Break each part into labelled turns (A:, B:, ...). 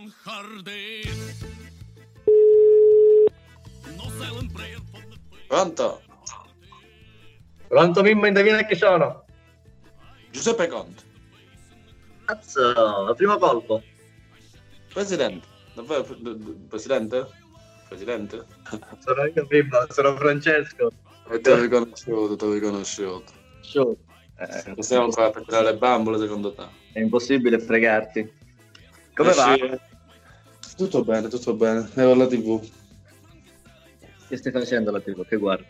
A: ricordi. Non sei l'impresa.
B: Pronto?
C: Pronto Mimmo, indovina chi sono?
B: Giuseppe Conte.
C: Cazzo, al primo colpo.
B: Presidente. Davvero? pre- d- d- Presidente? Presidente?
C: Sono io Mimmo, sono Francesco.
B: E ti ho riconosciuto, ti ho riconosciuto.
C: Show. Eh,
B: Non Eh, stiamo qua a pettinare le bambole secondo te.
C: È impossibile fregarti. Come va?
B: Esci- Tutto bene, tutto bene. Ero alla tv.
C: Che stai facendo la tipo? Che guardi?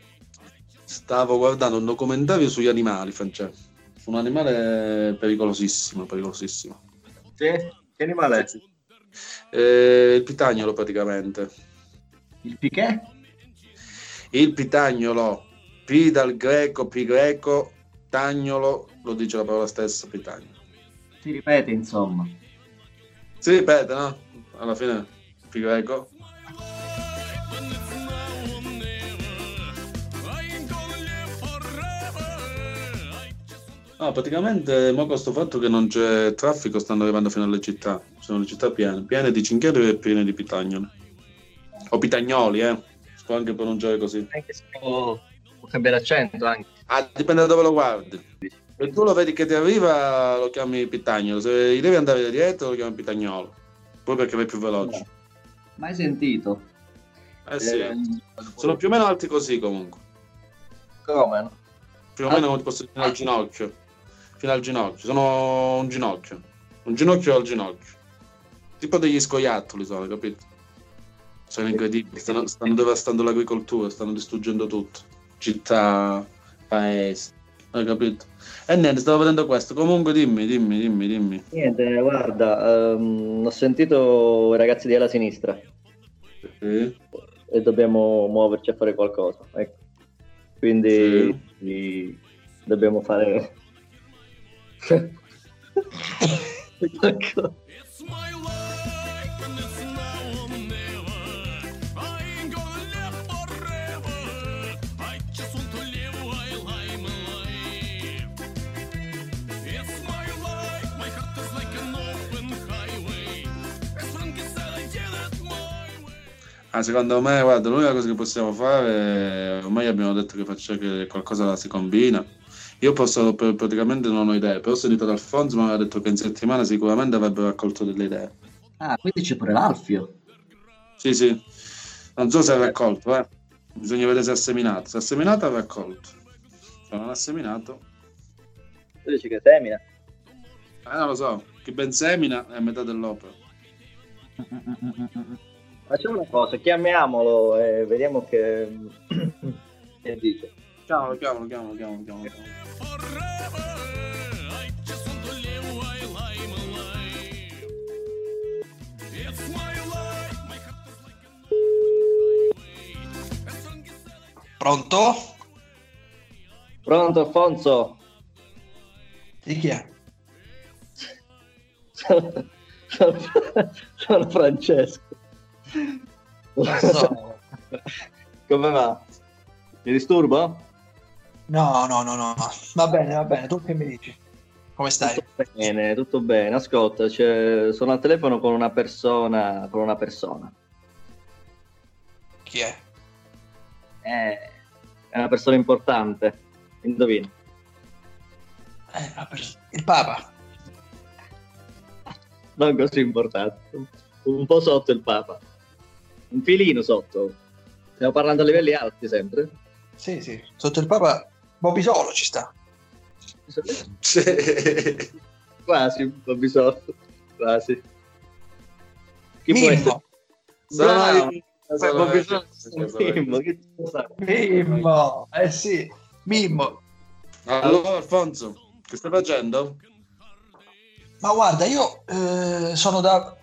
B: Stavo guardando un documentario sugli animali, Francesco. Un animale pericolosissimo, pericolosissimo.
C: Sì? Che animale è?
B: Eh, il pitagnolo praticamente.
C: Il piquet?
B: Il pitagnolo, P dal greco, P greco, tagnolo, lo dice la parola stessa, pitagnolo.
C: Si ripete, insomma.
B: Si ripete, no? Alla fine, ecco. P greco. No, praticamente, mo con sto fatto che non c'è traffico, stanno arrivando fino alle città. Sono le città piene, piene di cinghiali e piene di pitagnoli. O pitagnoli, eh. Si può anche pronunciare così.
C: Anche se può, può cambiare accento anche.
B: Ah, dipende da dove lo guardi. Se tu lo vedi che ti arriva, lo chiami pitagnolo. Se gli devi andare dietro, lo chiami pitagnolo. Poi perché vai più veloce.
C: Mai sentito?
B: Eh sì. Sono più o meno alti così comunque.
C: Come? no?
B: Più o meno come ti posso dire, fino al ginocchio. Fino al ginocchio. Sono un ginocchio. Un ginocchio al ginocchio. Tipo degli scoiattoli sono, capito? Sono incredibili. Stanno, stanno devastando l'agricoltura, stanno distruggendo tutto. Città, paesi. Hai capito? E niente, stavo vedendo questo. Comunque dimmi, dimmi, dimmi, dimmi.
D: Niente, guarda, ehm, ho sentito i ragazzi di Ala Sinistra
B: Sì.
D: e dobbiamo muoverci a fare qualcosa. ecco. Quindi sì, dobbiamo fare... Ecco.
A: It's my life and it's now or never. I ain't gonna live forever. I just want to live while I'm alive. It's my life, my heart is like an open highway. As long as I did it my way.
B: Ah, secondo me, guarda, l'unica cosa che possiamo fare, ormai abbiamo detto che, faccia- che qualcosa la si combina. Io posso, pr- praticamente non ho idee, però ho sentito da Alfonso, mi aveva detto che in settimana sicuramente avrebbero raccolto delle idee.
C: Ah, quindi c'è pure l'Alfio.
B: Sì, sì. Non so se ha raccolto, eh. Bisogna vedere se ha seminato. Se ha seminato, ha raccolto. Se non ha seminato,
D: Tu dici che semina?
B: eh, non lo so. Chi ben semina è a metà dell'opera.
D: Facciamo una cosa, chiamiamolo e vediamo che, che dice.
B: Chiamalo, chiamalo, chiamalo, chiamalo, chiamalo.
A: Forever. I just want to live while I'm alive. It's my life, my heart is like an open highway. As long as I
E: Pronto?
D: Pronto Alfonso?
E: Di chi è?
D: Sono, sono- sono Francesco.
E: No,
D: Come va? Ti disturbo?
E: no, no, no, no. Va bene, va bene. Tu che mi dici? Come stai?
D: Tutto bene, tutto bene. Ascolta, c'è- sono al telefono con una persona, con una persona.
E: Chi è?
D: Eh, è una persona importante. Indovina.
E: Eh, la pers- il Papa.
D: Non così importante. Un po' sotto il Papa. Un filino sotto. Stiamo parlando a livelli alti sempre.
E: Sì, sì. Sotto il Papa Bobisolo ci sta.
D: Quasi, ho bisogno. Quasi. Chi può essere?
E: Mimmo.
B: Sono
D: Bravo.
B: io.
D: Ho
B: Sono
D: bisogno
B: io.
D: di un film, che cosa?
E: Mimmo. Eh sì. Mimmo.
B: Allora, Alfonso, che stai facendo?
E: Ma guarda, io eh, sono da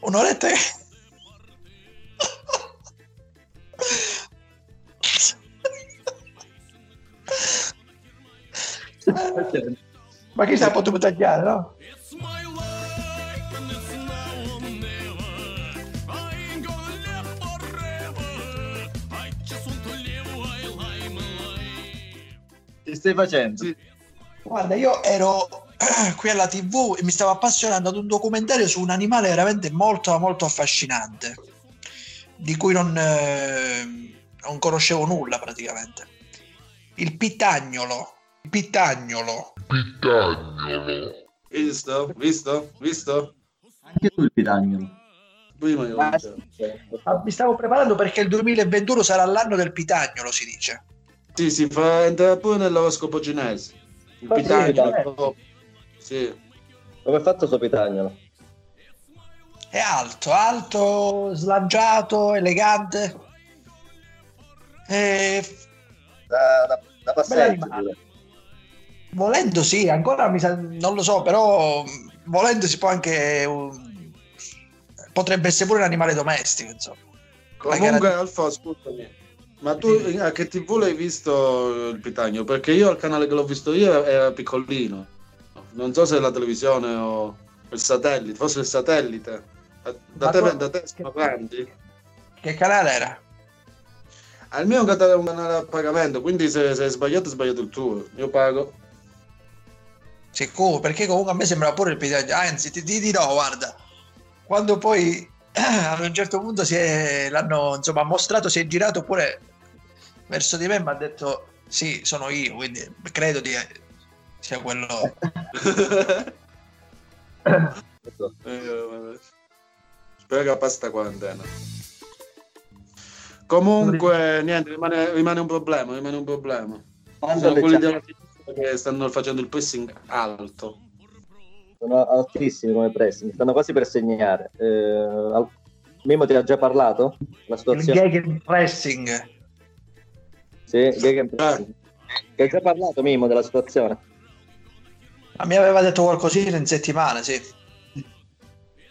E: un'oretta che... Ma chissà, potuto tagliare, no?
A: It's my life and it's now or never. I ain't gonna live forever. I just want to live while I'm alive.
D: Che stai facendo?
B: Sì.
F: Guarda, io ero
E: eh, qui alla tv e mi stavo appassionando ad un documentario su un animale veramente molto molto affascinante di cui non, eh, non conoscevo nulla praticamente il pittagnolo il pittagnolo
B: Visto? Visto? Visto?
F: Anche tu il pitagno.
B: Prima io
C: Ah,
E: Ma-
B: non c'ero.
E: Ah, mi stavo preparando perché il 2021 sarà l'anno del pittagnolo si dice
B: Sì, si fa entrare pure nell'oroscopo cinese. Il
C: Ma sì, dai.
B: pitagno. Sì.
C: Come è fatto sto pitagnolo?
E: è alto alto slanciato elegante Eh, e
C: Da, da, da passeggio.
E: Beh, Volendo sì, ancora mi sa- non lo so, però mh, volendo si può anche... um, potrebbe essere pure un animale domestico, insomma.
B: Comunque, Alfa, scusami. Ma tu a che TV l'hai visto il pitagno? Perché io al canale che l'ho visto io era piccolino. Non so se è la televisione o il satellite, forse il satellite. Da
E: Ma
B: te,
E: tu-
B: da te sono grandi?
E: Che canale era?
B: Al mio è un canale- un canale a pagamento, quindi se, se è sbagliato è sbagliato il tuo. Io pago.
E: Sicuro, perché comunque a me sembrava pure il pitaglio. Anzi, ti, ti dirò, guarda, quando poi ad un certo punto si è, l'hanno insomma, mostrato, si è girato pure verso di me e mi ha detto sì, sono io, quindi credo di, eh, sia quello...
B: Eh, vabbè. Spero che passa sta quarantena. Comunque, niente, rimane, rimane un problema, rimane un problema.
F: Quando
B: Sono
F: le
B: quelli della sinistra che stanno facendo il pressing alto.
G: Sono altissimi come prezzi, mi stanno quasi per segnare. Eh, al- Mimo ti ha già parlato? La
B: Ecco,
E: Il
G: situazione?
E: gag pressing.
G: Sì, Gegenpressing. Ti ha già parlato Mimo della situazione?
E: Ma Ah, mi aveva detto qualcosina in settimana, sì.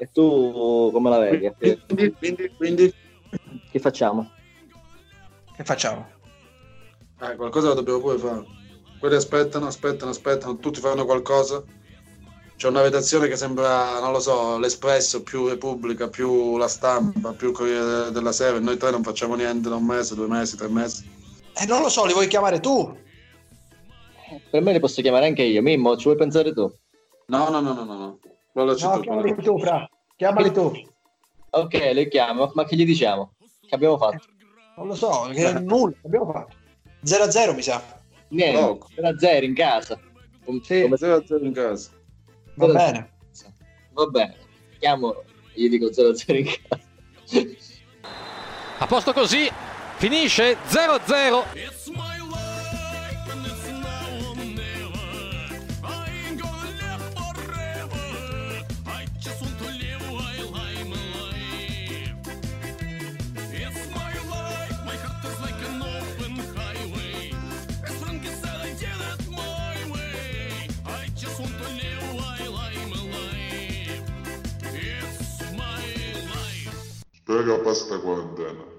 G: E tu come la
D: Eh,
G: vedi? Che,
B: Quindi, quindi, quindi
G: che facciamo?
E: Che facciamo?
B: eh, qualcosa lo dobbiamo pure fare. Quelli aspettano, aspettano, aspettano, tutti fanno qualcosa. C'è una redazione che sembra, non lo so, l'Espresso, più Repubblica, più la stampa, più Corriere della Sera. e Noi tre non facciamo niente da un mese, due mesi, tre mesi.
E: Eh, non lo so, li vuoi chiamare tu?
G: Per me li posso chiamare anche io. Mimmo, ci vuoi pensare tu?
B: No, no, no, no, no. no. Parlaci
E: No,
B: tu,
E: chiamali
B: parlaci.
E: tu, Fra. Chiamali tu.
G: Ok, li chiamo, ma che gli diciamo? Che abbiamo fatto?
E: Non lo so, che nulla abbiamo fatto. 0-0 mi sa.
G: Niente,
B: Poco.
G: era zero in casa. Com- come-
B: Zero a zero in casa.
E: Va
G: Zero-
E: bene.
G: Va bene, chiamo, gli dico 0-0 in casa.
H: A posto così, finisce 0-0.
A: It's my life and it's now or never. I ain't gonna live forever. I just want to live while I'm alive. It's my life, my heart is like an open highway. As long as I did it my way, I just want to live while I'm alive. It's my life.
I: Spero che passa quarantena.